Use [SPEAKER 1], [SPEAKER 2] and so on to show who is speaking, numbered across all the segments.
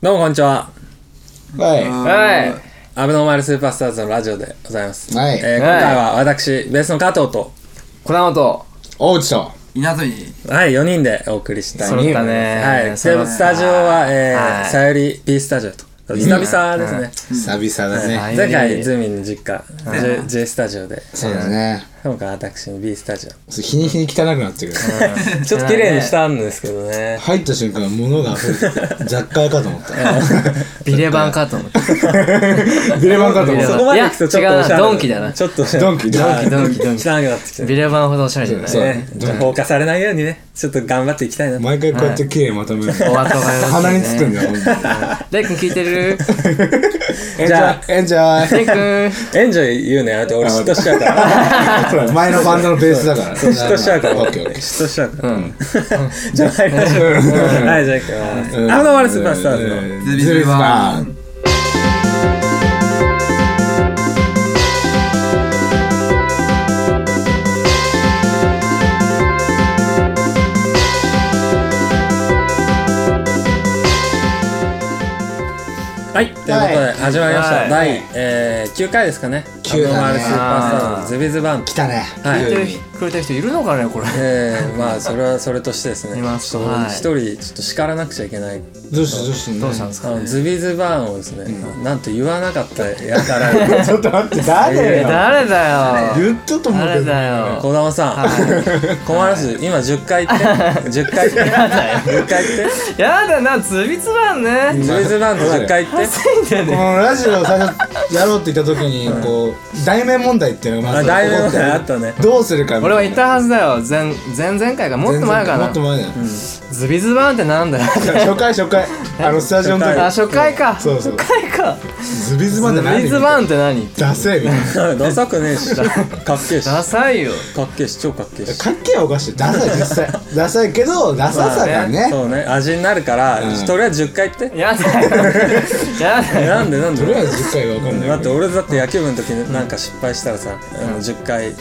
[SPEAKER 1] どうもこんにちは。
[SPEAKER 2] は
[SPEAKER 3] は
[SPEAKER 1] アブノーマルスーパースターズのラジオでございます。
[SPEAKER 2] はい
[SPEAKER 1] えー今回は私、ベースの加藤と、
[SPEAKER 3] い。この後、
[SPEAKER 2] い。大内と。
[SPEAKER 4] いなとに
[SPEAKER 1] はい、4人でお送りしたい。
[SPEAKER 3] 揃ったね。
[SPEAKER 1] はい。で、
[SPEAKER 3] 揃った
[SPEAKER 1] スタジオは、え
[SPEAKER 3] は
[SPEAKER 1] ー、
[SPEAKER 3] い
[SPEAKER 1] さゆり B スタジオと。久々ですね。
[SPEAKER 2] 久々だ
[SPEAKER 3] は
[SPEAKER 2] ね。
[SPEAKER 3] い
[SPEAKER 1] 前回、ズーミンの実家、J- J スタジオで、
[SPEAKER 2] そうだね。
[SPEAKER 1] 今回私の B ス タジオ。
[SPEAKER 2] 日に日に汚くなってくる。
[SPEAKER 1] ちょっと綺麗にしたんですけどね。
[SPEAKER 2] 入った瞬間、物が溢れて、雑貨屋かと思った。
[SPEAKER 3] ビレバンかと思って。
[SPEAKER 2] ビレバンかと
[SPEAKER 3] ビ
[SPEAKER 2] 思っ
[SPEAKER 3] レ
[SPEAKER 1] そ
[SPEAKER 3] バ
[SPEAKER 2] た。
[SPEAKER 1] こまで行くとちょっとおしゃれ
[SPEAKER 3] いや違うなドンキだな
[SPEAKER 1] ちょっとおしゃれ
[SPEAKER 2] ドンキ、ドンキ。
[SPEAKER 3] ドンキドンキ。
[SPEAKER 1] 汚くなってきて
[SPEAKER 3] ビレバンほどおしゃれじゃない。
[SPEAKER 2] そう
[SPEAKER 1] ね。ちょっと放火されないようにね、ちょっと頑張っていきたいなと。
[SPEAKER 2] 毎回こうやって綺麗にまとめる。
[SPEAKER 3] お後がよろしいね
[SPEAKER 2] 鼻につくんだよ、ほんと
[SPEAKER 3] レイ君聞いてる
[SPEAKER 2] エ
[SPEAKER 1] じ
[SPEAKER 2] ンジ
[SPEAKER 1] ゃ
[SPEAKER 2] ョイエンジョ
[SPEAKER 3] レイ君。
[SPEAKER 1] エンジョイ言うのやめて、俺嫉妬しちゃうから。
[SPEAKER 2] イほら前のバンドのベースだから。
[SPEAKER 1] 嫉妬しちゃうから。
[SPEAKER 2] オ
[SPEAKER 1] 嫉
[SPEAKER 2] ッケーオッケー
[SPEAKER 1] 妬しちゃうから。 じゃあ参りましょう。はい、じゃあ行きます。
[SPEAKER 2] うん
[SPEAKER 1] アブノーマルスーパースターズ
[SPEAKER 2] う
[SPEAKER 1] の。
[SPEAKER 2] ん
[SPEAKER 4] ズビズビバー
[SPEAKER 1] はい、ということで始まりまし
[SPEAKER 3] は
[SPEAKER 1] た。
[SPEAKER 3] い
[SPEAKER 1] 第えー9回ですかね。アブ
[SPEAKER 2] 9
[SPEAKER 1] ノーマルスーパースターズ
[SPEAKER 3] は
[SPEAKER 1] の
[SPEAKER 3] い
[SPEAKER 1] ズビズバン。
[SPEAKER 2] 来たね。
[SPEAKER 1] はい
[SPEAKER 3] 聞いてるくれた人いるのかね、これ。
[SPEAKER 1] えー、まあそれはそれとしてですね。
[SPEAKER 3] います
[SPEAKER 1] ちょっと
[SPEAKER 3] はい
[SPEAKER 1] 一人ちょっと叱らなくちゃいけない。
[SPEAKER 2] どうしたどうした
[SPEAKER 3] どうしたんです
[SPEAKER 1] あ
[SPEAKER 3] か
[SPEAKER 1] のズビズバンをですね、なんと言わなかったやから。
[SPEAKER 2] ちょっと待って、誰
[SPEAKER 3] え、
[SPEAKER 2] よ。
[SPEAKER 3] 誰だよ。
[SPEAKER 2] 言ったと思うけ
[SPEAKER 3] 誰
[SPEAKER 2] ど。
[SPEAKER 3] だよ。
[SPEAKER 1] 小玉さん、困らず今10回言って、10回 言って、10回言って。
[SPEAKER 3] やだな、つびつばんね。
[SPEAKER 1] ズビズバンと10回言って。
[SPEAKER 2] このラジオを最初やろうって言った時に、こう、題名問題っていうのがま
[SPEAKER 1] あ、
[SPEAKER 2] ず
[SPEAKER 1] だいぶ
[SPEAKER 2] 起こって
[SPEAKER 1] あったね。
[SPEAKER 2] どうするかみたい
[SPEAKER 3] 俺
[SPEAKER 2] な
[SPEAKER 3] は言ったはずだよ。前、前々回がもっと前か
[SPEAKER 2] もっと
[SPEAKER 3] な。
[SPEAKER 2] 前だよ、
[SPEAKER 3] ズビズバンってなんだよ。
[SPEAKER 2] 初回初回あのスタジオの
[SPEAKER 3] あ、
[SPEAKER 2] 時
[SPEAKER 3] 初回か。
[SPEAKER 2] そうそう
[SPEAKER 3] 初回か。
[SPEAKER 2] ズビズバンって
[SPEAKER 3] ズ
[SPEAKER 2] 何
[SPEAKER 3] ビズバンって何
[SPEAKER 2] ダセえみたい な
[SPEAKER 1] ダサくねえし、かっけえし、か
[SPEAKER 3] ダ
[SPEAKER 1] っ
[SPEAKER 3] サいよ。
[SPEAKER 1] けえし、超かっけえし。
[SPEAKER 2] かっけえはおかしいダサい実際ダサいけどダサさがね,、
[SPEAKER 1] そうね、味になるから、とりあえず10回言って。
[SPEAKER 3] やだよ。やだよ。
[SPEAKER 1] なんでなん
[SPEAKER 2] とりあ
[SPEAKER 1] で
[SPEAKER 2] えず10回は分かんな
[SPEAKER 1] だ
[SPEAKER 2] い
[SPEAKER 1] って俺だって野球部の時になんか失敗したらさ、あの10回、あの、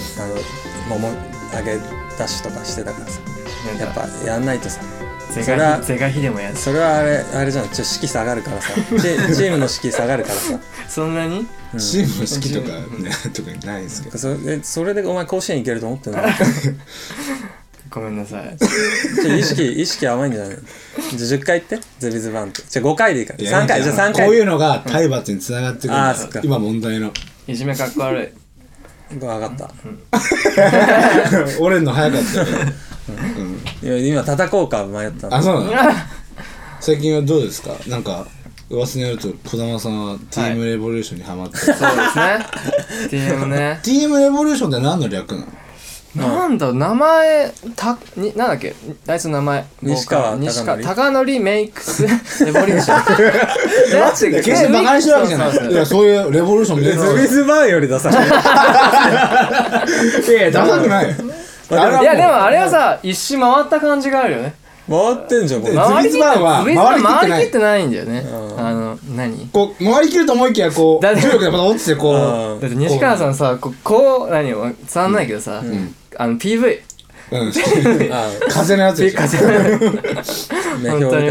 [SPEAKER 1] 桃揚げダッシュとかしてたからさ、やっぱやんないとさ。
[SPEAKER 3] ゼ
[SPEAKER 1] それは
[SPEAKER 3] ガヒゼガヒでもやだ
[SPEAKER 1] それはあれ、あれじゃん、ちょ、士気下がるから さ、チチームの士気下がるからさ、
[SPEAKER 3] そんなに
[SPEAKER 2] チームの式とかね特にないですけど
[SPEAKER 1] それそれでお前甲子園行けると思ってんの
[SPEAKER 3] ごめんなさい
[SPEAKER 1] ちょ意 識、意識甘いんじゃないじゃ、10回言って、ズビズバンって。じゃ、5回でいいから。
[SPEAKER 2] いや
[SPEAKER 1] 3回、じゃ、3回。
[SPEAKER 2] こういうのが体罰につながってくるん
[SPEAKER 1] あー
[SPEAKER 2] だ
[SPEAKER 1] そっか
[SPEAKER 2] 今問題の
[SPEAKER 3] いじめかっこ悪い
[SPEAKER 1] わかった、
[SPEAKER 2] 折れんの早かったけど
[SPEAKER 1] いや今叩こうか迷ったの
[SPEAKER 2] あそうなの最近はどうですかなんか噂によると児玉さんはティームレボリューションにハマってる、
[SPEAKER 3] そうですね TM ね
[SPEAKER 2] ティームレボリューションって何の略なの
[SPEAKER 3] なんだ名前たになんだっけあいつの名前
[SPEAKER 1] 西川
[SPEAKER 3] ボーカル西
[SPEAKER 1] 貴
[SPEAKER 3] 川
[SPEAKER 1] 教
[SPEAKER 3] 高典メイクスレボリューションマジ
[SPEAKER 2] 決してバカにしてるわけじゃないいやそういうレボリューションみたいな
[SPEAKER 1] ズビズバンより出さない
[SPEAKER 2] いやダサくないよあれ
[SPEAKER 3] いやで
[SPEAKER 2] は
[SPEAKER 3] もあれはさ一周回った感じがあるよね
[SPEAKER 1] 回ってんじゃんこれ
[SPEAKER 2] ズビズバンは
[SPEAKER 3] ズビズバ
[SPEAKER 2] 回
[SPEAKER 3] ン回
[SPEAKER 2] りき
[SPEAKER 3] りき
[SPEAKER 2] っ
[SPEAKER 3] っててないんだよねあの何
[SPEAKER 2] こう回りきると思いきやこう
[SPEAKER 3] だって
[SPEAKER 2] 重力でまた落ちてこ
[SPEAKER 1] うん
[SPEAKER 2] う
[SPEAKER 3] だって西川さんさこうこう何を伝わんないけどさあの PV
[SPEAKER 2] うん
[SPEAKER 1] あ
[SPEAKER 2] 風のやつでしょ
[SPEAKER 1] 目 標みたいな
[SPEAKER 3] 本当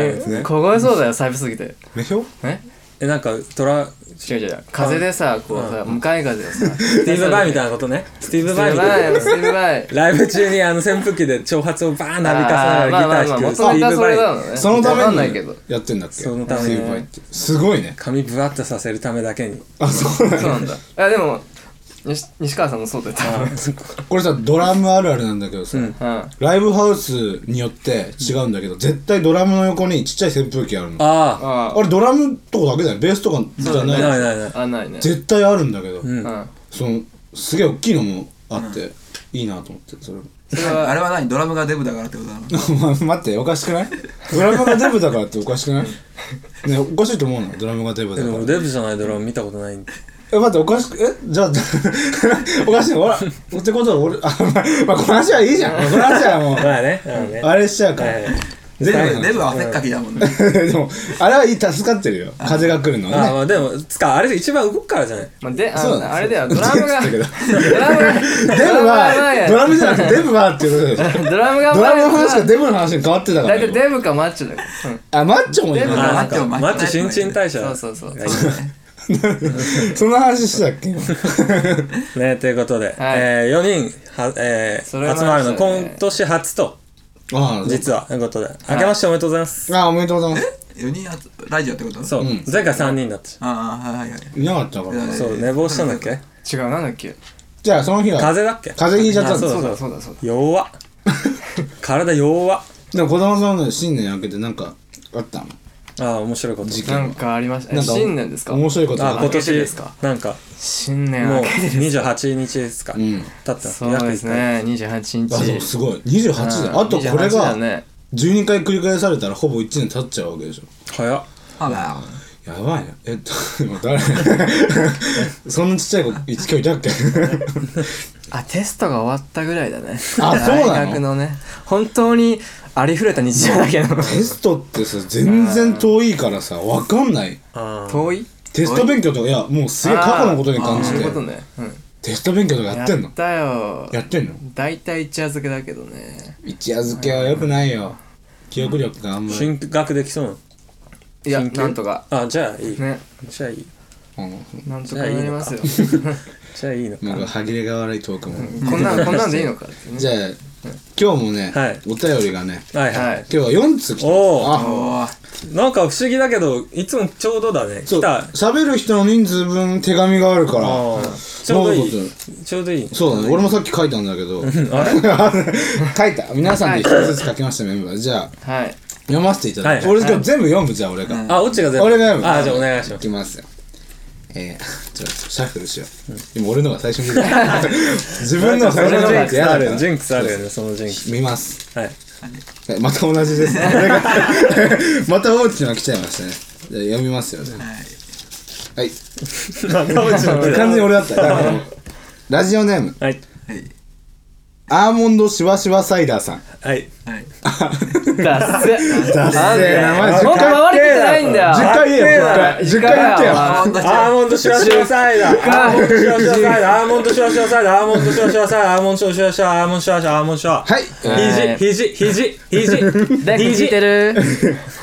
[SPEAKER 1] やつ
[SPEAKER 3] に
[SPEAKER 1] ね
[SPEAKER 3] 凍えそうだよ寂しすぎて
[SPEAKER 2] 目標
[SPEAKER 3] ね
[SPEAKER 1] えなんかトラス
[SPEAKER 3] 違う違う風でさこうさ向かい 風でさス
[SPEAKER 1] ティーブ・バイみ
[SPEAKER 3] い
[SPEAKER 1] たいなことねスティーブ・
[SPEAKER 3] ス
[SPEAKER 1] バイ
[SPEAKER 3] ティ
[SPEAKER 1] みたいな
[SPEAKER 3] ーブバイスティーブバイ
[SPEAKER 1] ライブ中にあの扇風機で挑発をバーンなびかせなが
[SPEAKER 3] あーまあま
[SPEAKER 1] ら
[SPEAKER 3] あ
[SPEAKER 1] ギ
[SPEAKER 3] ま
[SPEAKER 1] ター弾
[SPEAKER 3] あ
[SPEAKER 1] く
[SPEAKER 3] 元
[SPEAKER 1] スティ
[SPEAKER 3] 々
[SPEAKER 1] ーブ・
[SPEAKER 3] はそ
[SPEAKER 1] バ
[SPEAKER 3] れ
[SPEAKER 1] イ
[SPEAKER 3] なのね
[SPEAKER 2] そのた
[SPEAKER 3] わかんな
[SPEAKER 2] め
[SPEAKER 3] い け
[SPEAKER 2] に
[SPEAKER 3] ど
[SPEAKER 2] やってんだっけ
[SPEAKER 1] そのために
[SPEAKER 2] 水分ってすごいね
[SPEAKER 1] 髪ブワッとさせるためだけに
[SPEAKER 2] あそうなん
[SPEAKER 3] そう
[SPEAKER 2] だ
[SPEAKER 3] なんだいやでも西西川さんもそうだよ多分
[SPEAKER 2] これさドラムあるあるなんだけどさ
[SPEAKER 3] うん
[SPEAKER 2] ライブハウスによって違うんだけど絶対ドラムの横にちっちゃい扇風機あるの
[SPEAKER 1] あ
[SPEAKER 3] あ
[SPEAKER 2] あれドラムとかだけだよベースとかじゃ
[SPEAKER 1] あ
[SPEAKER 2] な
[SPEAKER 1] ない
[SPEAKER 2] い
[SPEAKER 1] ないない
[SPEAKER 3] ああないね
[SPEAKER 2] 絶対あるんだけど
[SPEAKER 3] うん
[SPEAKER 2] そのすげえ大きいのもあっていいなと思ってそれ
[SPEAKER 3] それ
[SPEAKER 4] あ
[SPEAKER 3] は
[SPEAKER 4] れは何ドラムがデブだからってことなの
[SPEAKER 2] お前 待っておかしくない ドラムがデブだからっておかし くないねおかしいと思うのドラムがデブ
[SPEAKER 1] で
[SPEAKER 2] だか
[SPEAKER 1] も
[SPEAKER 2] ら
[SPEAKER 1] 俺デブじゃないドラマ見たことないんで
[SPEAKER 2] え待っておかしくえじゃあ おかしいのほら ってことは俺あまあ、まあ、この話はいいじゃんこの話はもう
[SPEAKER 1] まあねまあね
[SPEAKER 2] あれしちゃうから、
[SPEAKER 1] はい
[SPEAKER 4] デ
[SPEAKER 1] 最
[SPEAKER 4] ブ
[SPEAKER 1] 後
[SPEAKER 4] デブは汗っかきだもん ね
[SPEAKER 2] でも、あれはいい助かってるよ。風が来るの
[SPEAKER 1] あー
[SPEAKER 2] ね。
[SPEAKER 1] まあでもつかあれ一番動くからじゃない
[SPEAKER 3] まあ、で、あ
[SPEAKER 2] そうなん
[SPEAKER 3] の
[SPEAKER 2] ですよ
[SPEAKER 3] あれだ よ、ドラムが、
[SPEAKER 2] 言
[SPEAKER 3] ド
[SPEAKER 2] って
[SPEAKER 3] ラ
[SPEAKER 2] た
[SPEAKER 3] ムが、
[SPEAKER 2] デブは、 ドラムじゃなくてデブはっていうことでしょ。
[SPEAKER 3] ドラムが
[SPEAKER 2] ドラムの話が
[SPEAKER 3] だ
[SPEAKER 2] デブの話に変わってたから
[SPEAKER 3] いたい
[SPEAKER 2] 今。
[SPEAKER 3] デブかマッチョだよ。うん
[SPEAKER 2] あ、マッチョもいい
[SPEAKER 3] デブ
[SPEAKER 2] な。
[SPEAKER 1] あーなんか
[SPEAKER 4] マ
[SPEAKER 1] マ
[SPEAKER 4] ッ
[SPEAKER 1] ッ
[SPEAKER 4] チ
[SPEAKER 1] チ
[SPEAKER 4] ョ
[SPEAKER 1] 新陳代謝
[SPEAKER 3] そうそうそう
[SPEAKER 1] がいいね
[SPEAKER 2] その話してた っけ今
[SPEAKER 1] ねということで、え4人は、えー
[SPEAKER 3] それは
[SPEAKER 1] 集まるの、
[SPEAKER 3] まあそうだね
[SPEAKER 1] 今年初と
[SPEAKER 2] ああ、
[SPEAKER 1] 実はということで、明けましておめでとうございます、
[SPEAKER 2] ああ、おめでとうございます。
[SPEAKER 4] 4人あつラジオってこと
[SPEAKER 1] そう、前回3人だったじ
[SPEAKER 4] ああはいはいはい
[SPEAKER 2] いなかったから
[SPEAKER 1] ゃ
[SPEAKER 4] うんん
[SPEAKER 2] な。
[SPEAKER 1] そう寝坊したんだっけ
[SPEAKER 3] 違う、なんだっけ
[SPEAKER 2] じゃあ、その日は、
[SPEAKER 1] 風邪だっけ
[SPEAKER 2] 風邪ひいちゃった
[SPEAKER 1] あ
[SPEAKER 2] んで
[SPEAKER 1] そ
[SPEAKER 2] す
[SPEAKER 1] う
[SPEAKER 3] そうだそうだそうだ。
[SPEAKER 1] 弱っ体弱っ
[SPEAKER 2] でも、子供さんの新年明けてなんかあったの
[SPEAKER 1] ああ面白いこと
[SPEAKER 3] なんかありました。え
[SPEAKER 2] なんか
[SPEAKER 3] 新年ですか
[SPEAKER 2] 面白いこと
[SPEAKER 1] あ
[SPEAKER 2] が
[SPEAKER 1] 今
[SPEAKER 3] 明けて
[SPEAKER 1] 年
[SPEAKER 3] ですか
[SPEAKER 1] なんか
[SPEAKER 3] 新年
[SPEAKER 1] もう
[SPEAKER 3] 明けてです。
[SPEAKER 1] 28日ですか、
[SPEAKER 2] う
[SPEAKER 1] 経っ
[SPEAKER 2] ん。
[SPEAKER 1] てます
[SPEAKER 3] そうですね、28
[SPEAKER 2] あ、でも
[SPEAKER 3] 日。
[SPEAKER 2] すごい。28だ。あとこれ
[SPEAKER 3] 28だ
[SPEAKER 2] が、
[SPEAKER 3] ね
[SPEAKER 2] 12回繰り返されたらほぼ1年経っちゃうわけでしょ。
[SPEAKER 1] 早っ
[SPEAKER 4] あら
[SPEAKER 2] やばいな。えっ と、今誰そんなちっちゃい子、一今日いたっけ
[SPEAKER 3] あ、テストが終わったぐらいだね。あ、
[SPEAKER 2] そうなの
[SPEAKER 3] 大学のね。本当にありふれた日常だけど。
[SPEAKER 2] テストってさ、全然遠いからさ、わかんない。
[SPEAKER 1] あー
[SPEAKER 3] 遠い
[SPEAKER 2] テスト勉強とか、いや、もうすげえ過去のことに感じ
[SPEAKER 3] そうい
[SPEAKER 2] て
[SPEAKER 3] うこ、とね。うん。
[SPEAKER 2] テスト勉強とかやってん
[SPEAKER 3] や
[SPEAKER 2] の
[SPEAKER 3] ったよ。
[SPEAKER 2] やってんの
[SPEAKER 3] 大体一夜漬けだけどね。
[SPEAKER 2] 一夜漬けは良くないよ。記憶力があんまり。
[SPEAKER 1] 進学できそう
[SPEAKER 3] いや、
[SPEAKER 1] 真剣
[SPEAKER 3] なんとか。
[SPEAKER 1] なのあじゃあいい、
[SPEAKER 3] ね。
[SPEAKER 1] じゃあいい
[SPEAKER 2] うん
[SPEAKER 3] なんとかなりますよ。
[SPEAKER 1] じゃあいいのか
[SPEAKER 2] なんか歯切れが悪いトークも。
[SPEAKER 3] こんなん、こんなんでいいのかってね。
[SPEAKER 2] じゃあ、今日もね
[SPEAKER 1] はい、
[SPEAKER 2] お便りがね、
[SPEAKER 1] はいは、
[SPEAKER 3] はいい。
[SPEAKER 2] 今日は4通来た。
[SPEAKER 1] おー
[SPEAKER 2] あ
[SPEAKER 4] おー
[SPEAKER 1] なんか不思議だけどいつもちょうどだね
[SPEAKER 2] そ
[SPEAKER 1] 来
[SPEAKER 2] う、
[SPEAKER 1] た
[SPEAKER 2] 喋る人の人数分手紙があるから、
[SPEAKER 1] あーちょうどい
[SPEAKER 2] なん
[SPEAKER 1] い
[SPEAKER 2] か
[SPEAKER 1] ちょうどいい
[SPEAKER 2] そうだね、俺もさっき書いたんだ けど、
[SPEAKER 1] あれ
[SPEAKER 2] 書いた。皆さんで一つずつ書きました、メンバー。じゃあ、
[SPEAKER 3] はい。
[SPEAKER 2] 読ませていただいて。
[SPEAKER 1] はい
[SPEAKER 2] 俺今日全部読む、じゃあ俺が。
[SPEAKER 1] あオチが全部
[SPEAKER 2] 俺が読む。
[SPEAKER 1] あーじゃあお願いし
[SPEAKER 2] い
[SPEAKER 1] ます
[SPEAKER 2] きますよ。えー、 ちょっとシャッフルしよう。今俺のが最初に 出てた。自分のが最
[SPEAKER 1] そ
[SPEAKER 2] 初
[SPEAKER 1] のジン
[SPEAKER 2] に出て
[SPEAKER 1] ク
[SPEAKER 2] て
[SPEAKER 1] ス
[SPEAKER 2] 嫌
[SPEAKER 1] あ
[SPEAKER 2] だ
[SPEAKER 1] る
[SPEAKER 2] か
[SPEAKER 1] よ
[SPEAKER 2] ら
[SPEAKER 1] ねジンクスあるよねそのジンクス
[SPEAKER 2] 見ます。
[SPEAKER 1] はい
[SPEAKER 2] えまた同じです。俺が また大きなのが来ちゃいましたね。じゃあ読みますよ。じゃあ
[SPEAKER 4] はい
[SPEAKER 2] はい。
[SPEAKER 1] は
[SPEAKER 2] 完全に俺だった。だからラジオネーム、
[SPEAKER 1] い
[SPEAKER 4] はい
[SPEAKER 2] アーモンドシワシワサイダーさん。
[SPEAKER 1] はい
[SPEAKER 4] はい
[SPEAKER 3] ダッセ
[SPEAKER 2] ダッセー
[SPEAKER 3] なんで
[SPEAKER 2] 名前10回
[SPEAKER 3] もっと回りきってないんだよ。
[SPEAKER 2] 10回言えよ、10回。10回言ってよ。
[SPEAKER 4] あー
[SPEAKER 1] アーモンドシュワシュワサイダーアーモンドシュワシュワサイダーアーモンドシュワシュワサイダーアーモンドシュワシュワサイダーアーモンドシュワシュワサイダーアーモンドシュワシュワアーモンドシュワ
[SPEAKER 2] はい。
[SPEAKER 3] はい
[SPEAKER 1] 肘肘肘
[SPEAKER 3] で、
[SPEAKER 1] 肘
[SPEAKER 3] 聞
[SPEAKER 1] 肘
[SPEAKER 3] いてる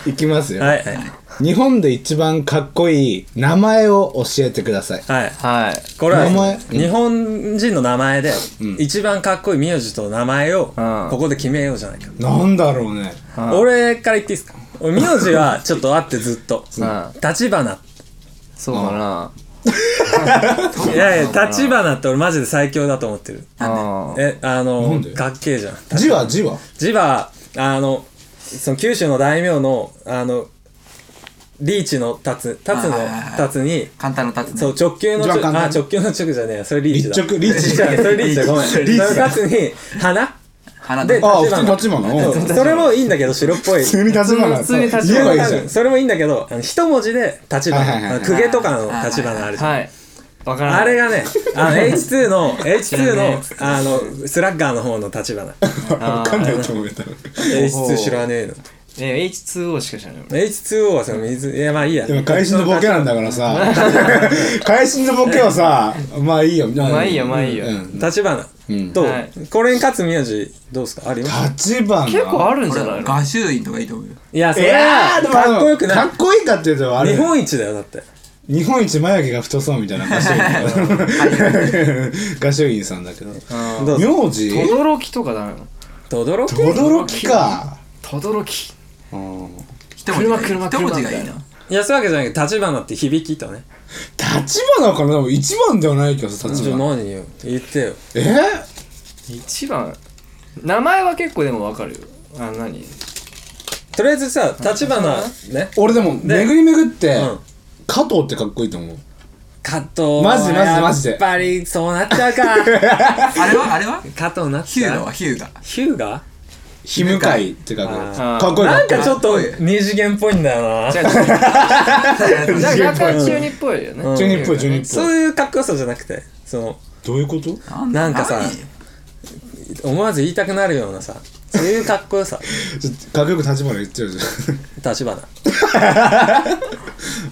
[SPEAKER 2] いきますよ。
[SPEAKER 1] はいはい
[SPEAKER 2] 日本で一番かっこいい名前を教えてください。
[SPEAKER 1] はい
[SPEAKER 3] はい。
[SPEAKER 1] これは
[SPEAKER 2] 名前
[SPEAKER 1] 日本人の名前で一番かっこいい名字と名前を
[SPEAKER 3] うん
[SPEAKER 1] ここで決めようじゃないか
[SPEAKER 2] なんだろうね。
[SPEAKER 3] うん
[SPEAKER 1] 俺から言っていいですか俺名字はちょっとあってずっと
[SPEAKER 3] うん
[SPEAKER 1] 立花
[SPEAKER 3] そうかな。
[SPEAKER 1] いやいや立花って俺マジで最強だと思ってる
[SPEAKER 3] あー
[SPEAKER 1] えあ
[SPEAKER 2] なん
[SPEAKER 1] の
[SPEAKER 2] で
[SPEAKER 1] かっけえじゃん
[SPEAKER 2] 字は字は
[SPEAKER 1] ジバあのその九州の大名のあのリーチの立つ立つの
[SPEAKER 4] はいはいはい
[SPEAKER 1] 立つに
[SPEAKER 4] 簡単な立つ
[SPEAKER 1] そう直球の
[SPEAKER 2] 一
[SPEAKER 1] 直
[SPEAKER 2] 番簡単
[SPEAKER 1] あ直球の直じゃねえやそれリーチだ
[SPEAKER 2] 立直リーチ
[SPEAKER 1] 違うそれリーチだごめん
[SPEAKER 4] リーチ
[SPEAKER 1] リーチ立つに花
[SPEAKER 4] 花
[SPEAKER 1] で
[SPEAKER 4] で
[SPEAKER 2] ああ、
[SPEAKER 1] 立花
[SPEAKER 2] 普通に立 花。うん
[SPEAKER 1] そうそれもいいんだけど白っぽい
[SPEAKER 2] 普通に立花。
[SPEAKER 3] 普通に立花
[SPEAKER 2] 言えばいい
[SPEAKER 1] 多
[SPEAKER 2] じゃ
[SPEAKER 1] 分それもいいんだけどあの一文字で立
[SPEAKER 2] はいはいはい
[SPEAKER 1] 花あ
[SPEAKER 2] はい
[SPEAKER 1] の公家とかの立花あるじゃん
[SPEAKER 3] はい。わからない。
[SPEAKER 1] あれがねあの H2 の H2 の
[SPEAKER 3] 知
[SPEAKER 1] あのスラッガーの方の立花
[SPEAKER 2] ん。わかんないと思うけど。
[SPEAKER 1] H2 知らねえの
[SPEAKER 3] え、H2O しか知らない。
[SPEAKER 1] H2O はその水いやまあいいや
[SPEAKER 2] でも、会心のボケなんだからさ。会心のボケはさ、まあいいよ。ま
[SPEAKER 3] まあいいよ、まあいいよ。
[SPEAKER 2] うん。
[SPEAKER 1] 立花
[SPEAKER 2] ん
[SPEAKER 1] と、
[SPEAKER 3] はい
[SPEAKER 1] これに勝つ名字どうですかあります
[SPEAKER 2] 立花。
[SPEAKER 3] 結構あるんじゃないの
[SPEAKER 4] 画集院とかいいと思うよ
[SPEAKER 1] いやそ
[SPEAKER 2] い
[SPEAKER 1] れ
[SPEAKER 2] や
[SPEAKER 1] は
[SPEAKER 2] ーでも
[SPEAKER 1] かっこよくな
[SPEAKER 2] かっこいいかっていうとあ
[SPEAKER 1] い
[SPEAKER 2] れ
[SPEAKER 1] 日本一だよだって
[SPEAKER 2] 日本一眉毛が太そうみたいな画集院画集院さんだけど
[SPEAKER 1] どうぞ
[SPEAKER 2] 名字
[SPEAKER 3] 轟きとかダメなの
[SPEAKER 1] 轟き
[SPEAKER 2] 驚きか
[SPEAKER 3] 轟き。
[SPEAKER 2] うん
[SPEAKER 4] 一文字がいい
[SPEAKER 3] 車車
[SPEAKER 4] 一文字が
[SPEAKER 3] 車
[SPEAKER 4] いい
[SPEAKER 3] みたい
[SPEAKER 4] ない
[SPEAKER 1] やそういうわけじゃないけど立花って響きとね
[SPEAKER 2] 立花かなでも一番ではないけどさ
[SPEAKER 1] ち
[SPEAKER 2] 立
[SPEAKER 1] ょ
[SPEAKER 2] 花
[SPEAKER 1] 何よ言ってよ
[SPEAKER 2] え
[SPEAKER 3] 一番。名前は結構でもわかるよ。あ、何
[SPEAKER 1] とりあえずさ立花ね
[SPEAKER 2] 俺でも巡り巡って
[SPEAKER 1] うん
[SPEAKER 2] 加藤ってかっこいいと思う
[SPEAKER 1] 加藤
[SPEAKER 2] マジマジマジで
[SPEAKER 1] やっぱりそうなっちゃうか
[SPEAKER 4] あれはあれは
[SPEAKER 1] 加藤なっ
[SPEAKER 4] ヒ
[SPEAKER 1] ち
[SPEAKER 4] ュー
[SPEAKER 1] ゃ
[SPEAKER 4] ガ
[SPEAKER 1] う
[SPEAKER 4] はヒューガ
[SPEAKER 1] ヒューガ
[SPEAKER 2] ひむかいって書く
[SPEAKER 3] あー
[SPEAKER 2] かっこいいか
[SPEAKER 1] な
[SPEAKER 2] っ
[SPEAKER 1] ん
[SPEAKER 2] こい
[SPEAKER 1] か
[SPEAKER 2] い
[SPEAKER 1] ちょっと二次元っぽいんだよ
[SPEAKER 3] じ
[SPEAKER 1] な
[SPEAKER 3] ゃあ、
[SPEAKER 2] 二
[SPEAKER 3] じ
[SPEAKER 2] 次
[SPEAKER 3] ゃ
[SPEAKER 2] 元っ
[SPEAKER 3] あ
[SPEAKER 2] ぽい
[SPEAKER 3] 中にっぽいよね。
[SPEAKER 2] 中二っぽい中二っぽ
[SPEAKER 1] そ
[SPEAKER 2] い
[SPEAKER 1] い
[SPEAKER 2] う
[SPEAKER 1] うかっこよさじゃなくてその
[SPEAKER 2] どういうこと
[SPEAKER 4] なん
[SPEAKER 1] なんかさ思わず言いたくなるようなさそういうかっこよさ
[SPEAKER 2] ちょっとかっこよく立花言ってよじゃ
[SPEAKER 1] 立花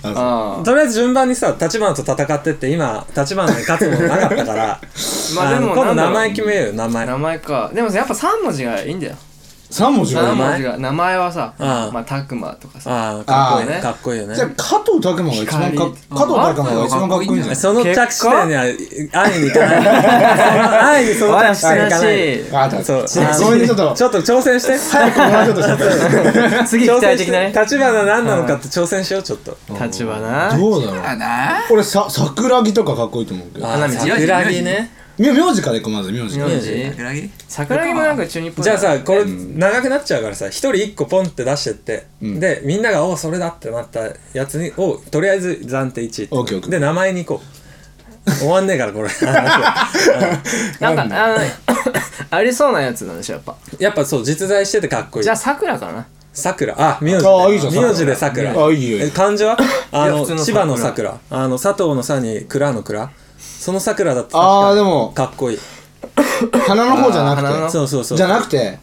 [SPEAKER 3] ああ
[SPEAKER 1] とりあえず順番にさ立花と戦ってって今立花に勝つものなかったから
[SPEAKER 3] まあでも
[SPEAKER 1] の今度
[SPEAKER 3] なんだろ
[SPEAKER 1] 名
[SPEAKER 3] う
[SPEAKER 1] 前決めようよ名前
[SPEAKER 3] 名前かでもさやっぱ3文字がいいんだよ
[SPEAKER 2] あ。3文字
[SPEAKER 1] 名前
[SPEAKER 3] 3
[SPEAKER 2] は
[SPEAKER 3] 文字が名前はさ
[SPEAKER 1] うん
[SPEAKER 3] まあたくまとかさ
[SPEAKER 1] ああかっこいい
[SPEAKER 3] あ
[SPEAKER 1] ね
[SPEAKER 3] ー
[SPEAKER 1] かっこいいよね
[SPEAKER 2] じゃあ加藤拓馬が一番かっ加藤拓馬が一番かっこいいんじゃない
[SPEAKER 1] その着地点には安易にいかないそ の安易にその着地点にいかない
[SPEAKER 3] し
[SPEAKER 2] あ、だ
[SPEAKER 1] そう
[SPEAKER 2] ちょっとごめんねちょっと
[SPEAKER 1] ちょっと挑戦して
[SPEAKER 2] 早くもうちょっとして
[SPEAKER 3] 次期
[SPEAKER 1] 挑
[SPEAKER 3] 待
[SPEAKER 1] 戦し
[SPEAKER 3] 的な
[SPEAKER 1] て
[SPEAKER 3] ね
[SPEAKER 1] 立花何なのかって挑戦しようちょっと
[SPEAKER 3] 立場な
[SPEAKER 2] どうだろう
[SPEAKER 4] あな
[SPEAKER 2] 俺さ桜木とかかっこいいと思うけど
[SPEAKER 3] 花道
[SPEAKER 1] 桜木ね
[SPEAKER 2] み名字からいこうまず名字から
[SPEAKER 3] 名
[SPEAKER 1] 名
[SPEAKER 3] 字
[SPEAKER 4] 桜木
[SPEAKER 3] 桜木もなんか中二っぽい
[SPEAKER 1] じ
[SPEAKER 3] な
[SPEAKER 1] ゃあさこれ長くなっちゃうからさ一人一個ポンって出してって、でみんなが「おそれだ」ってなったやつに「おとりあえず暫定1位って
[SPEAKER 2] オッケーオッケー
[SPEAKER 1] で名前に行こう終わんねえから これ話
[SPEAKER 3] なんかあの ありそうなやつなんでしょやっぱ
[SPEAKER 1] やっぱそう実在しててかっこいい
[SPEAKER 3] じゃあ桜かな
[SPEAKER 1] さくらあ名字
[SPEAKER 2] あいいじゃん
[SPEAKER 1] 名字でさく
[SPEAKER 2] 桜
[SPEAKER 1] ら
[SPEAKER 2] あいいよいいよ
[SPEAKER 1] え漢字はあ
[SPEAKER 3] いや
[SPEAKER 1] の
[SPEAKER 3] 普通の
[SPEAKER 1] 千葉のさくらあの佐藤のさに蔵の蔵そのさくらだって確
[SPEAKER 2] あ
[SPEAKER 1] か
[SPEAKER 2] ーでも
[SPEAKER 1] かっこいい
[SPEAKER 2] 鼻の方じゃ
[SPEAKER 3] あー鼻
[SPEAKER 2] な
[SPEAKER 3] の
[SPEAKER 2] く
[SPEAKER 1] そうそうそ
[SPEAKER 2] て
[SPEAKER 1] う
[SPEAKER 2] じゃなくて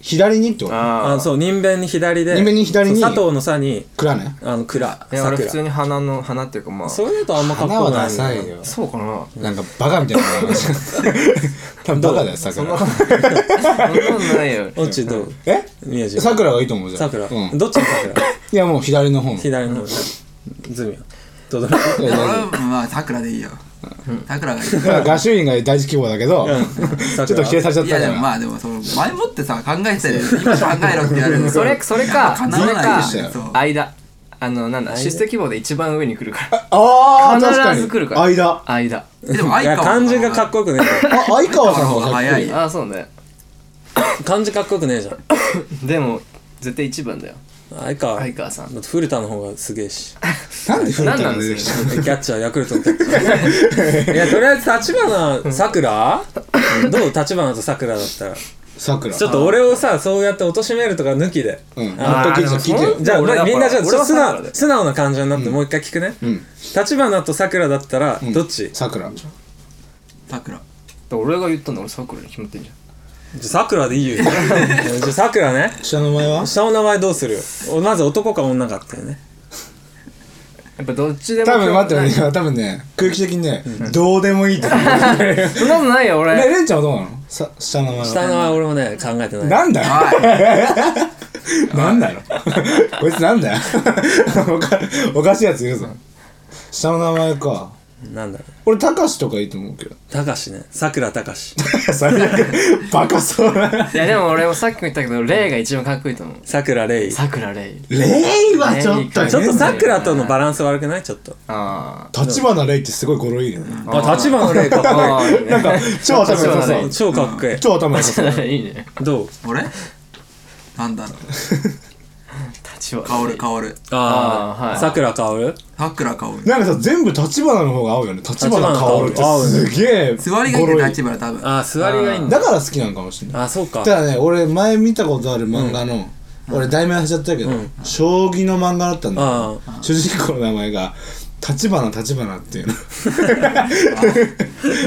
[SPEAKER 2] 左にってこと
[SPEAKER 1] あ
[SPEAKER 3] あ
[SPEAKER 1] のそう人弁に左で
[SPEAKER 2] 人弁に左に
[SPEAKER 1] そう佐藤のさに
[SPEAKER 2] くらね
[SPEAKER 1] あの蔵
[SPEAKER 3] あいや俺普
[SPEAKER 1] 桜
[SPEAKER 3] 通に花の花っていうかまあ
[SPEAKER 1] それだとあんまかっこ
[SPEAKER 2] 花
[SPEAKER 1] よく
[SPEAKER 2] は
[SPEAKER 1] ない
[SPEAKER 2] ダサいよ
[SPEAKER 3] そうかな
[SPEAKER 2] なんかバカみたいな多分バカだよ桜
[SPEAKER 3] そんなことないよ
[SPEAKER 1] オッチどう
[SPEAKER 2] え
[SPEAKER 1] 宮治
[SPEAKER 2] さくらがいいと思うじゃん
[SPEAKER 1] さくら
[SPEAKER 2] うん
[SPEAKER 1] どっちのさくら
[SPEAKER 2] いやもう左の方の
[SPEAKER 1] 左の方ズミはどうだろう
[SPEAKER 2] え
[SPEAKER 4] 俺
[SPEAKER 2] 大丈夫
[SPEAKER 4] はまあ桜でいいよ桜がいい
[SPEAKER 2] だから合衆院が第一希望だけどちょっと否定されちゃっ
[SPEAKER 4] い
[SPEAKER 2] たか
[SPEAKER 4] やで
[SPEAKER 2] ら
[SPEAKER 4] もまあでもその前もってさ考えてたよ今考えろってや る
[SPEAKER 3] それそれかそ
[SPEAKER 4] 叶
[SPEAKER 3] れ
[SPEAKER 4] わない
[SPEAKER 3] か
[SPEAKER 4] でしたよ
[SPEAKER 3] 間あのなんだ出世希望で一番上に来るから
[SPEAKER 2] ああ確か
[SPEAKER 3] 必
[SPEAKER 2] に
[SPEAKER 3] ず来るから
[SPEAKER 2] 間
[SPEAKER 3] 間
[SPEAKER 4] えでも
[SPEAKER 1] いや
[SPEAKER 4] 相川
[SPEAKER 1] 漢字がかっこよくねえ
[SPEAKER 2] あ相川さんの
[SPEAKER 4] 相川の
[SPEAKER 2] 方が
[SPEAKER 4] 方が
[SPEAKER 2] かっ こ
[SPEAKER 4] 早
[SPEAKER 2] いい
[SPEAKER 4] い
[SPEAKER 3] あそうね
[SPEAKER 1] じゃん漢字かっこよくねえじゃん
[SPEAKER 3] でも絶対一番だよ
[SPEAKER 1] 相川
[SPEAKER 3] 相川さん
[SPEAKER 1] だって古田の方がすげえし
[SPEAKER 2] なんで古
[SPEAKER 3] 何
[SPEAKER 2] 田
[SPEAKER 3] な
[SPEAKER 2] が
[SPEAKER 3] ん
[SPEAKER 2] 出
[SPEAKER 3] で
[SPEAKER 2] てき
[SPEAKER 3] す
[SPEAKER 2] た
[SPEAKER 3] か
[SPEAKER 1] キャッチャーヤクルトのキャッチャーいやとりあえず立花さくらどう立花とさくらだったらち
[SPEAKER 2] さくら
[SPEAKER 1] ょっと俺をさそうやって貶めるとか抜きで
[SPEAKER 2] うん
[SPEAKER 1] あ
[SPEAKER 2] 納得いくじゃん聞いてよ
[SPEAKER 3] ー
[SPEAKER 1] じゃあ
[SPEAKER 3] 俺だから
[SPEAKER 1] みんなじゃあ
[SPEAKER 3] 俺は
[SPEAKER 1] 素
[SPEAKER 3] さくら
[SPEAKER 1] 直
[SPEAKER 3] だよ
[SPEAKER 1] 素直な感情になってもう一回聞くね
[SPEAKER 2] ん
[SPEAKER 1] 立花とさくらだったらどっち
[SPEAKER 2] さくら
[SPEAKER 4] 桜
[SPEAKER 3] 俺が言ったんだ俺桜に決まってんじゃ
[SPEAKER 1] さくらでいいよじゃあさくらね
[SPEAKER 2] 下の名前は
[SPEAKER 1] 下の名前どうするおまず男か女かっていうね
[SPEAKER 3] んやっぱどっちでも
[SPEAKER 2] 多分待って
[SPEAKER 3] そ
[SPEAKER 2] ね多分ね空気的にねどうでもいいと思うね
[SPEAKER 3] んなことない よ俺
[SPEAKER 2] レンちゃんはどうなのさ下の名前
[SPEAKER 1] 下
[SPEAKER 2] は
[SPEAKER 1] の名前俺もね考えてない
[SPEAKER 2] なんだよ
[SPEAKER 4] は い
[SPEAKER 2] なんだよこいつなんだよおかおかしいやついるぞ下の名前か
[SPEAKER 1] なんだろう
[SPEAKER 2] 俺たかしとかいいと思うけど
[SPEAKER 1] たかしねさくらたかし
[SPEAKER 2] 最悪バカそうない
[SPEAKER 3] やでも俺もさっきも言ったけどレイが一番かっこいいと思う
[SPEAKER 1] さくられいち
[SPEAKER 3] 桜レイ
[SPEAKER 2] レイはちょっと
[SPEAKER 1] ょ
[SPEAKER 2] ね
[SPEAKER 1] っとさくらとのバランス悪くないちょっと
[SPEAKER 3] あ
[SPEAKER 2] 立花レイってすごい語呂いいよね
[SPEAKER 1] あ立花レイかっ
[SPEAKER 3] ーあ
[SPEAKER 1] こ
[SPEAKER 3] ーいいね
[SPEAKER 2] なんか超頭良さそ
[SPEAKER 3] 立花レ
[SPEAKER 2] う
[SPEAKER 1] いい超かっこいい
[SPEAKER 2] 超頭良 さそう
[SPEAKER 3] いいね
[SPEAKER 1] どう
[SPEAKER 4] 俺なんだろう
[SPEAKER 3] 立場
[SPEAKER 4] 薫薫
[SPEAKER 1] あ
[SPEAKER 3] あーは
[SPEAKER 1] あ
[SPEAKER 3] い
[SPEAKER 1] さくらかおる
[SPEAKER 4] 桜薫
[SPEAKER 2] なんかさ全部立花の方が合うよね立花薫って
[SPEAKER 1] 立花薫
[SPEAKER 2] すげえ
[SPEAKER 4] 座りがいい
[SPEAKER 2] 語
[SPEAKER 4] ん
[SPEAKER 2] 呂
[SPEAKER 4] だ
[SPEAKER 2] いい
[SPEAKER 4] 立花多分
[SPEAKER 1] ああ座りがいいんだ
[SPEAKER 2] だから好きなのかもしれない
[SPEAKER 1] あーそうか
[SPEAKER 2] ただね俺前見たことある漫画の、俺題名忘れちゃったけど、将棋の漫画だったんだ
[SPEAKER 1] あ
[SPEAKER 2] よ主人公の名前が立花立花っていうの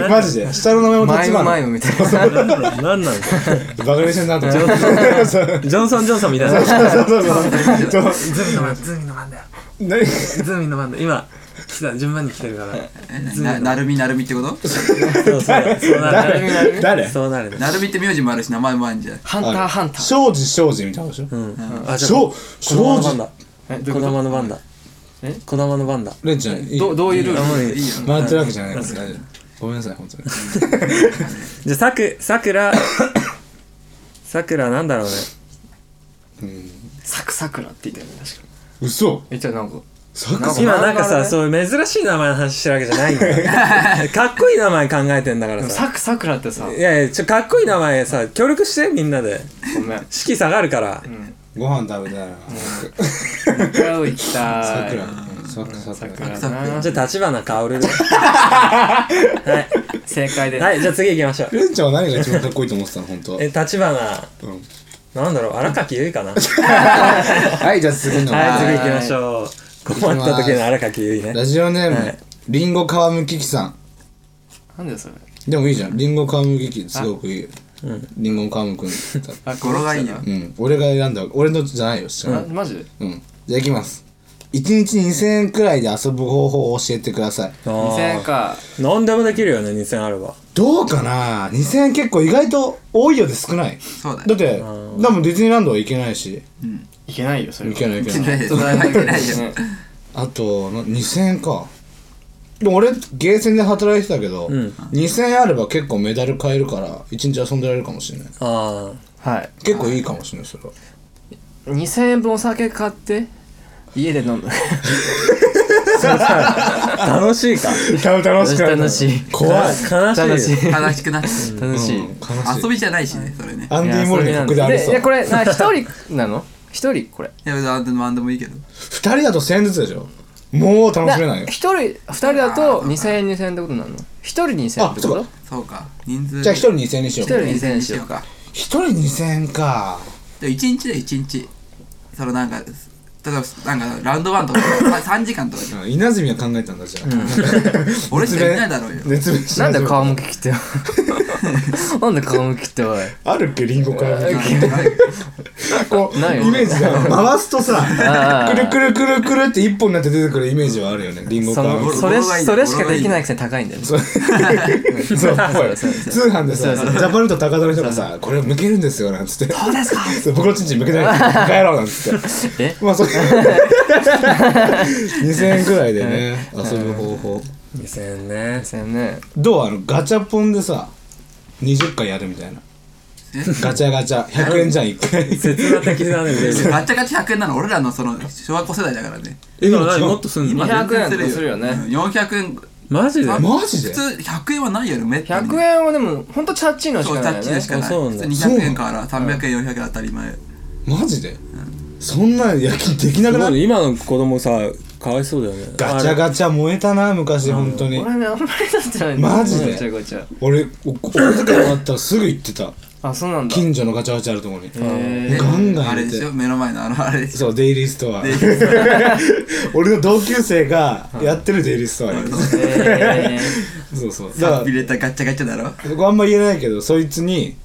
[SPEAKER 2] マジで下の名前も
[SPEAKER 3] マイ
[SPEAKER 2] 立
[SPEAKER 3] ム
[SPEAKER 2] 花
[SPEAKER 3] マイムみたいな
[SPEAKER 1] なんだなんなん
[SPEAKER 2] バカにしてんなと思ってそう
[SPEAKER 1] ジョンソン・ジョンソンみたいな
[SPEAKER 2] そうそうそうそう
[SPEAKER 1] ズミの番ズミの番だよ
[SPEAKER 2] 何
[SPEAKER 1] ズミの番だ今来た順番に来てるから
[SPEAKER 4] えななるみなるみってこと
[SPEAKER 1] そうそうそうなる
[SPEAKER 2] 誰誰
[SPEAKER 1] そうなるね
[SPEAKER 4] なるみって名字もあるし名前もあるんじゃん
[SPEAKER 3] ハンターハンター
[SPEAKER 2] 庄司庄司みたいなことでしょ、う
[SPEAKER 1] あじゃあ
[SPEAKER 2] 庄
[SPEAKER 1] 児玉
[SPEAKER 2] 庄
[SPEAKER 1] の番
[SPEAKER 2] 司
[SPEAKER 1] だ
[SPEAKER 3] えどう
[SPEAKER 1] 児
[SPEAKER 3] いうこ
[SPEAKER 1] 玉の番だ
[SPEAKER 3] え
[SPEAKER 1] 児玉の番だ
[SPEAKER 2] レンちゃんいい
[SPEAKER 3] とどうどういうルール
[SPEAKER 4] いいよ
[SPEAKER 2] 回ってるわけじゃないから大丈夫ごめんなさい本当に
[SPEAKER 1] じゃあさくさく らさくらなんだろうね
[SPEAKER 3] サクサクラって言ったよね確か
[SPEAKER 2] 嘘
[SPEAKER 3] えじゃあなんか
[SPEAKER 2] サク
[SPEAKER 3] なんか
[SPEAKER 1] 今なんか
[SPEAKER 3] なるほど
[SPEAKER 1] さ
[SPEAKER 3] ね
[SPEAKER 1] そういう珍しい名前の話してるわけじゃないんだよ かっこいい名前考えてんだからさ
[SPEAKER 3] サクサクラってさ
[SPEAKER 1] いやいやちょかっこいい名前さ協力してみんなで
[SPEAKER 3] ごめん
[SPEAKER 1] 士気下がるから
[SPEAKER 2] ご飯食べたいな
[SPEAKER 3] これを行きた
[SPEAKER 2] さく
[SPEAKER 3] い
[SPEAKER 2] らさくさくら
[SPEAKER 3] サクラな
[SPEAKER 1] じゃあ立花薫 では
[SPEAKER 3] 正解で
[SPEAKER 1] い、
[SPEAKER 3] す
[SPEAKER 1] はい、じゃあ次行きましょう
[SPEAKER 2] レンちゃんは何が一番かっこいいと思ってたの本当は
[SPEAKER 1] え立花
[SPEAKER 2] うん
[SPEAKER 1] なんだろう荒垣結 衣かな
[SPEAKER 2] はいじゃあ次の
[SPEAKER 1] はい次
[SPEAKER 3] い
[SPEAKER 1] 行きましょう困った時の荒垣結衣ね
[SPEAKER 2] ラジオネーム、
[SPEAKER 1] はい
[SPEAKER 2] リンゴ皮むき器さん
[SPEAKER 3] なんでそれ
[SPEAKER 2] でもいいじゃんリンゴ皮むき器すごくいいリンゴンカム君だっ
[SPEAKER 3] あ
[SPEAKER 4] 語呂がいいよ
[SPEAKER 3] こ
[SPEAKER 2] うん俺が選んだ俺のじゃないよ知ら
[SPEAKER 3] の人
[SPEAKER 2] ない
[SPEAKER 3] だなあマジで
[SPEAKER 2] うんじゃあいきます1日2000円くらいで遊ぶ方法を教えてください
[SPEAKER 1] あ
[SPEAKER 3] 2000円
[SPEAKER 1] ー
[SPEAKER 3] か
[SPEAKER 1] 何でもできるよね2000あれば
[SPEAKER 2] どうかな2000円結構意外と多いようで少ない
[SPEAKER 4] そうだ
[SPEAKER 2] だ
[SPEAKER 4] よ
[SPEAKER 2] ってでもディズニーランドは行けないし
[SPEAKER 3] いけないよそれ
[SPEAKER 2] 行
[SPEAKER 3] は
[SPEAKER 2] けない行け
[SPEAKER 4] い
[SPEAKER 2] ない
[SPEAKER 4] けないよいけないよ
[SPEAKER 3] ね
[SPEAKER 2] あとな2000円かでも俺ゲーセンで働いてたけど、
[SPEAKER 1] ん
[SPEAKER 2] 2000円あれば結構メダル買えるから1日遊んでられるかもしれない
[SPEAKER 1] あ
[SPEAKER 3] はい
[SPEAKER 2] 結構いいかもしれないそれは
[SPEAKER 3] 2000円分お酒買って家で飲む
[SPEAKER 1] あ楽しいか
[SPEAKER 2] 楽
[SPEAKER 3] しくない楽しい
[SPEAKER 2] 怖い
[SPEAKER 1] 悲しい
[SPEAKER 3] 楽しい
[SPEAKER 4] 悲しくなって
[SPEAKER 3] 楽しい、
[SPEAKER 2] うん悲しい
[SPEAKER 4] 遊びじゃないしねそれね
[SPEAKER 2] アンディ・モルの曲であり
[SPEAKER 3] で
[SPEAKER 2] そ
[SPEAKER 3] いうやこれな一人 なの一人これ
[SPEAKER 4] いや別にあんたのあんでもいいけど
[SPEAKER 2] 2人だと1000円ずつでしょもう楽しめないよ
[SPEAKER 3] 一人二人だと2000円2000円ってことなの一人2000円ってこ
[SPEAKER 2] あそ
[SPEAKER 3] と
[SPEAKER 2] う
[SPEAKER 4] そうか人数
[SPEAKER 2] じゃあ1人2000円にしよ
[SPEAKER 3] 一
[SPEAKER 2] う
[SPEAKER 3] 人2000円しようか
[SPEAKER 2] 1人2000円か
[SPEAKER 4] で1日で1日そのなんか例えばなんかラウンドワンとか3時間とかで
[SPEAKER 2] 稲積は考えたんだじゃ あ
[SPEAKER 4] 俺しかいないだろうよ
[SPEAKER 2] 熱弁し
[SPEAKER 3] な
[SPEAKER 2] なんい
[SPEAKER 3] で顔向き切ってよなんで顔向き切っておい
[SPEAKER 2] あるっけリンゴから見てこうイ
[SPEAKER 3] ないよ
[SPEAKER 2] メージだ 回すとさ
[SPEAKER 3] あー
[SPEAKER 2] くるくるくるくるって一本になって出てくるイメージはあるよねリンゴ
[SPEAKER 3] そ
[SPEAKER 2] から
[SPEAKER 3] の
[SPEAKER 2] 見て
[SPEAKER 3] それそれしかできないくせに高いんだよね
[SPEAKER 2] そうそうぽい通販でさジャパネット高田の人がさこれ向けるんですよなんつって
[SPEAKER 3] そうですか
[SPEAKER 2] そう僕のチンチン向けないから帰ろうなんつって
[SPEAKER 3] え
[SPEAKER 2] まあそう2000円くらいでね遊ぶ方法
[SPEAKER 1] 2000円ね
[SPEAKER 3] ですよね
[SPEAKER 2] どうあのガチャポンでさ20回やるみたいな
[SPEAKER 4] え
[SPEAKER 2] ガチャガチャ100円じゃん1回
[SPEAKER 1] 切な的だねめちゃくちゃ
[SPEAKER 4] ガチャガチャ100円なの俺らのその小学校世代だからね
[SPEAKER 2] え
[SPEAKER 1] 今何もっとすんの
[SPEAKER 4] 今全然
[SPEAKER 3] 200円とかするよね
[SPEAKER 4] うん400円
[SPEAKER 1] マジで
[SPEAKER 4] あ
[SPEAKER 2] マジ
[SPEAKER 4] 普
[SPEAKER 2] で
[SPEAKER 4] 通100円はないよねめったに
[SPEAKER 3] 100円はでもほんとチャッチーのし
[SPEAKER 4] そう
[SPEAKER 3] か
[SPEAKER 4] タ
[SPEAKER 3] ないよ
[SPEAKER 4] ッチで
[SPEAKER 3] ね
[SPEAKER 4] しかない
[SPEAKER 1] そう
[SPEAKER 4] 普
[SPEAKER 1] なんだ
[SPEAKER 4] 通200円から300円400円当たり前
[SPEAKER 2] マジでそんな野球できな
[SPEAKER 1] す
[SPEAKER 2] く
[SPEAKER 1] ご
[SPEAKER 2] ない
[SPEAKER 1] ね
[SPEAKER 2] い
[SPEAKER 1] 今の子供さかわいそうだよね
[SPEAKER 2] ガチャガチャ燃えたな昔本当に
[SPEAKER 3] 俺ねあんまりだってない
[SPEAKER 2] マジで
[SPEAKER 3] ごちゃごちゃ
[SPEAKER 2] 俺お小遣いもらったらすぐ行ってた
[SPEAKER 3] あそうなんだ
[SPEAKER 2] 近所のガチャガチャあるとこに
[SPEAKER 3] え
[SPEAKER 2] ガンガン
[SPEAKER 4] あ
[SPEAKER 2] 入
[SPEAKER 4] れ
[SPEAKER 2] れ
[SPEAKER 4] で
[SPEAKER 2] て
[SPEAKER 4] しょ目の前のあのあれでしょ
[SPEAKER 2] そうデイリーストア 俺の同級生がやってるデイリーストアに
[SPEAKER 3] ーえ
[SPEAKER 2] そうそうだか
[SPEAKER 4] 入れたガチャガチャだろ
[SPEAKER 2] ら僕あんま言えないけどそいつに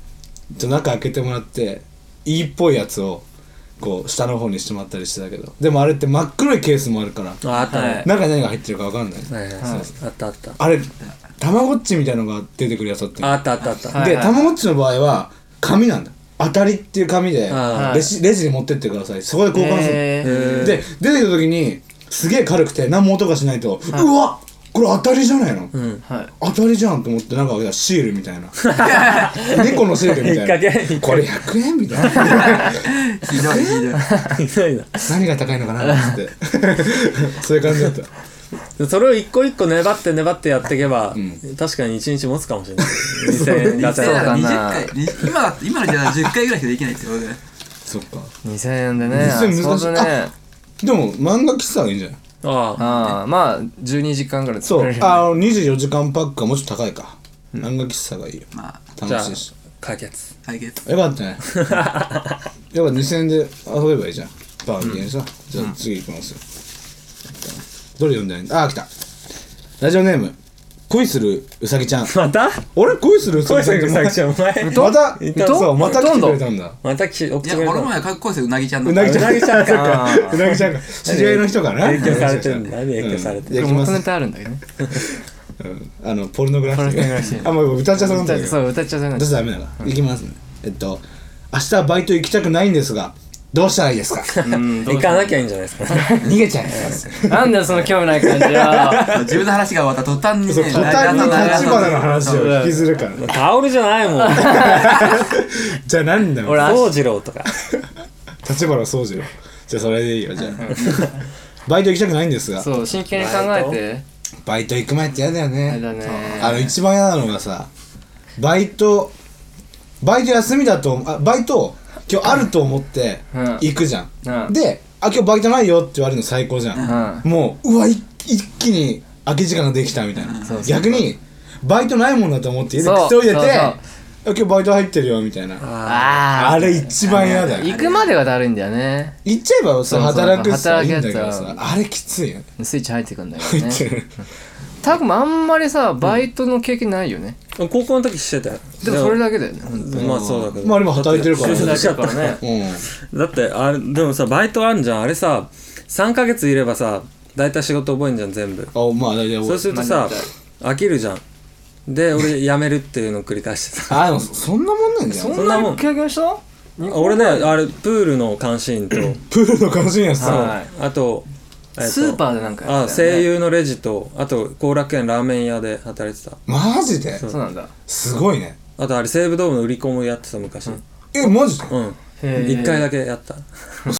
[SPEAKER 2] ちょっと中開けてもらっていいっぽいやつをこう下の方にしてもらったりしてたけどでもあれって真っ黒いケースもあるから
[SPEAKER 1] ああったね
[SPEAKER 2] 中に何が入ってるか分かんない
[SPEAKER 1] はいはい
[SPEAKER 3] はい
[SPEAKER 1] あったあった
[SPEAKER 2] あれたまごっちみたいのが出てくるやつだった
[SPEAKER 1] あ
[SPEAKER 2] よ
[SPEAKER 1] ったあったあった
[SPEAKER 3] はい
[SPEAKER 2] でたまごっちの場合は紙なんだ当たりっていう紙で
[SPEAKER 1] あ
[SPEAKER 3] ー
[SPEAKER 2] レジレジに持ってってくださいそこで
[SPEAKER 3] ー
[SPEAKER 2] 交換する
[SPEAKER 3] えー
[SPEAKER 1] へー
[SPEAKER 2] で出てきた時にすげえ軽くて何も音がしないと、うわこれ当たりじゃないの、
[SPEAKER 1] ん
[SPEAKER 3] はい
[SPEAKER 2] 当たりじゃんと思ってなんかシールみたいな猫のシールみたい
[SPEAKER 1] 引っ
[SPEAKER 2] な
[SPEAKER 1] 掛け引っ掛け
[SPEAKER 2] これ100円みたいな
[SPEAKER 4] ひどいひどい
[SPEAKER 1] いないな
[SPEAKER 2] 何が高いのかなって そういう感じだった
[SPEAKER 1] で それを一個一個粘って粘ってやっていけば、
[SPEAKER 2] ん
[SPEAKER 1] 確かに一日持つかもしれない2000円ガチ
[SPEAKER 4] 2000
[SPEAKER 1] ャ
[SPEAKER 4] だ
[SPEAKER 1] ガ
[SPEAKER 4] か
[SPEAKER 1] チ
[SPEAKER 3] そう
[SPEAKER 4] ら20
[SPEAKER 3] だな
[SPEAKER 4] 回に今だって今の時代は10回ぐらいしかできないってことで
[SPEAKER 2] そっか
[SPEAKER 3] 2000円でね
[SPEAKER 2] 2000円難しい
[SPEAKER 3] 遊ぶね
[SPEAKER 2] でも漫画喫茶はいいんじゃな
[SPEAKER 1] ャ
[SPEAKER 2] い
[SPEAKER 1] ああ
[SPEAKER 3] ああまあ12時間ぐらい
[SPEAKER 2] そ
[SPEAKER 3] 作
[SPEAKER 2] う
[SPEAKER 3] れる
[SPEAKER 2] あの24時間パックはもうちょっと高いか、漫画喫茶がいいよ
[SPEAKER 4] まあ
[SPEAKER 1] じゃ
[SPEAKER 2] 楽
[SPEAKER 1] あ
[SPEAKER 2] しいし
[SPEAKER 1] 解決
[SPEAKER 4] 対決
[SPEAKER 2] よかったねやっぱ2000円で遊べばいいじゃんバーミキンさ、じゃあ次行きますよ、どれ読んだらいいんだあー来たラジオネーム恋するうさぎちゃん
[SPEAKER 1] また
[SPEAKER 2] 俺恋するうさ
[SPEAKER 1] 声
[SPEAKER 2] ぎち
[SPEAKER 1] さ
[SPEAKER 2] ゃん
[SPEAKER 1] んがさ
[SPEAKER 2] ってまた
[SPEAKER 1] きちゃんお前
[SPEAKER 2] また
[SPEAKER 1] い
[SPEAKER 3] た
[SPEAKER 2] そうまた来てくれたんだ
[SPEAKER 1] またき送っ
[SPEAKER 4] い
[SPEAKER 1] て
[SPEAKER 4] や
[SPEAKER 1] くれた
[SPEAKER 4] 俺
[SPEAKER 1] の
[SPEAKER 4] もかっこいいですようなぎちゃんの
[SPEAKER 2] うなぎちゃん
[SPEAKER 1] うなぎちゃんか
[SPEAKER 3] あ
[SPEAKER 2] うなぎちゃんか知り合いの人かな
[SPEAKER 1] 影響されてるんだ何影響されて
[SPEAKER 2] うん
[SPEAKER 1] る
[SPEAKER 3] あ
[SPEAKER 2] いきます
[SPEAKER 3] 元ネタあるんだけどね
[SPEAKER 2] うんあのポルノグラフィ
[SPEAKER 3] ポルノグラフィ
[SPEAKER 2] ッ
[SPEAKER 3] ッ
[SPEAKER 2] ク
[SPEAKER 3] ク
[SPEAKER 2] あもう歌っちゃそうなんだけど
[SPEAKER 3] そう歌っちゃダメ
[SPEAKER 2] どうせダメだから、行きますねえっと明日バイト行きたくないんですがどうしたらいいですか
[SPEAKER 1] 行かなきゃいいんじゃないですか
[SPEAKER 2] 逃げちゃいます
[SPEAKER 3] なんだよその興味ない感じ は
[SPEAKER 4] 自分の話が終わった途端にね
[SPEAKER 2] そう途端に立花の話を引きずるから
[SPEAKER 1] タオルじゃないもん
[SPEAKER 2] じゃあなんだよ
[SPEAKER 3] 俺
[SPEAKER 1] 宗次郎とか
[SPEAKER 2] 立花宗次郎じゃあそれでいいよじゃあバイト行きたくないんですが
[SPEAKER 3] そう真剣に考えて
[SPEAKER 2] バイト行く前って嫌だよ
[SPEAKER 3] あれだ
[SPEAKER 2] ね
[SPEAKER 3] ね
[SPEAKER 2] あの一番嫌なのがさバイトバイト休みだとあバイト今日あると思って
[SPEAKER 3] うん
[SPEAKER 2] 行くじゃん、
[SPEAKER 3] うん
[SPEAKER 2] で「あ今日バイトないよ」って言われるの最高じゃん、
[SPEAKER 3] うん
[SPEAKER 2] もううわい一気に空き時間ができたみたいな、
[SPEAKER 3] そうそう
[SPEAKER 2] 逆にバイトないもんだと思って家で
[SPEAKER 3] そう
[SPEAKER 2] くっついてて
[SPEAKER 3] そうそう
[SPEAKER 2] あ今日バイト入ってるよみたいなあ
[SPEAKER 3] ああ
[SPEAKER 2] れ一番嫌だよ
[SPEAKER 3] 行くまではだるいんだよね
[SPEAKER 2] 行っちゃえばさ
[SPEAKER 3] そうそう
[SPEAKER 2] 働くしさいいん
[SPEAKER 3] 働く
[SPEAKER 2] だ
[SPEAKER 3] やつ
[SPEAKER 2] け
[SPEAKER 3] は
[SPEAKER 2] どさあれきついよね
[SPEAKER 3] スイッチ入ってくんだよ
[SPEAKER 2] 入
[SPEAKER 3] ね
[SPEAKER 2] ってる
[SPEAKER 3] タグもあんまりさバイトの経験ないよね、
[SPEAKER 1] 高校の時してたよ
[SPEAKER 3] でもそれだけだよね本
[SPEAKER 1] でもまあそうだけど
[SPEAKER 2] まあ今働いてるから
[SPEAKER 3] 当
[SPEAKER 1] だ
[SPEAKER 3] に
[SPEAKER 1] っ
[SPEAKER 3] それだけだからね
[SPEAKER 2] う
[SPEAKER 1] だってあれでもさバイトあんじゃんあれさ3ヶ月いればさ大体仕事覚えんじゃん全部
[SPEAKER 2] ん。あ、まあ大体
[SPEAKER 1] そうするとさ飽きるじゃんで俺辞めるっていうのを繰り返してた
[SPEAKER 2] あ、でもそんなもんなんじゃ
[SPEAKER 3] そ
[SPEAKER 2] ん。
[SPEAKER 3] んなに経験した
[SPEAKER 1] 俺ねあれプールの監視員と
[SPEAKER 2] プールの監視員やつ
[SPEAKER 3] は
[SPEAKER 2] さ。
[SPEAKER 3] い
[SPEAKER 1] あと,、えっと
[SPEAKER 3] スーパーでなんかや
[SPEAKER 1] あ
[SPEAKER 3] ってたよね
[SPEAKER 1] 声優のレジとあと後楽園ラーメン屋で働いてた
[SPEAKER 2] マジで
[SPEAKER 3] そうなんだ
[SPEAKER 2] すごいね。
[SPEAKER 1] あとあれ西武ドームの売り子もやってた昔、
[SPEAKER 2] え、マジで
[SPEAKER 1] うん
[SPEAKER 3] へー
[SPEAKER 1] 一回だけやった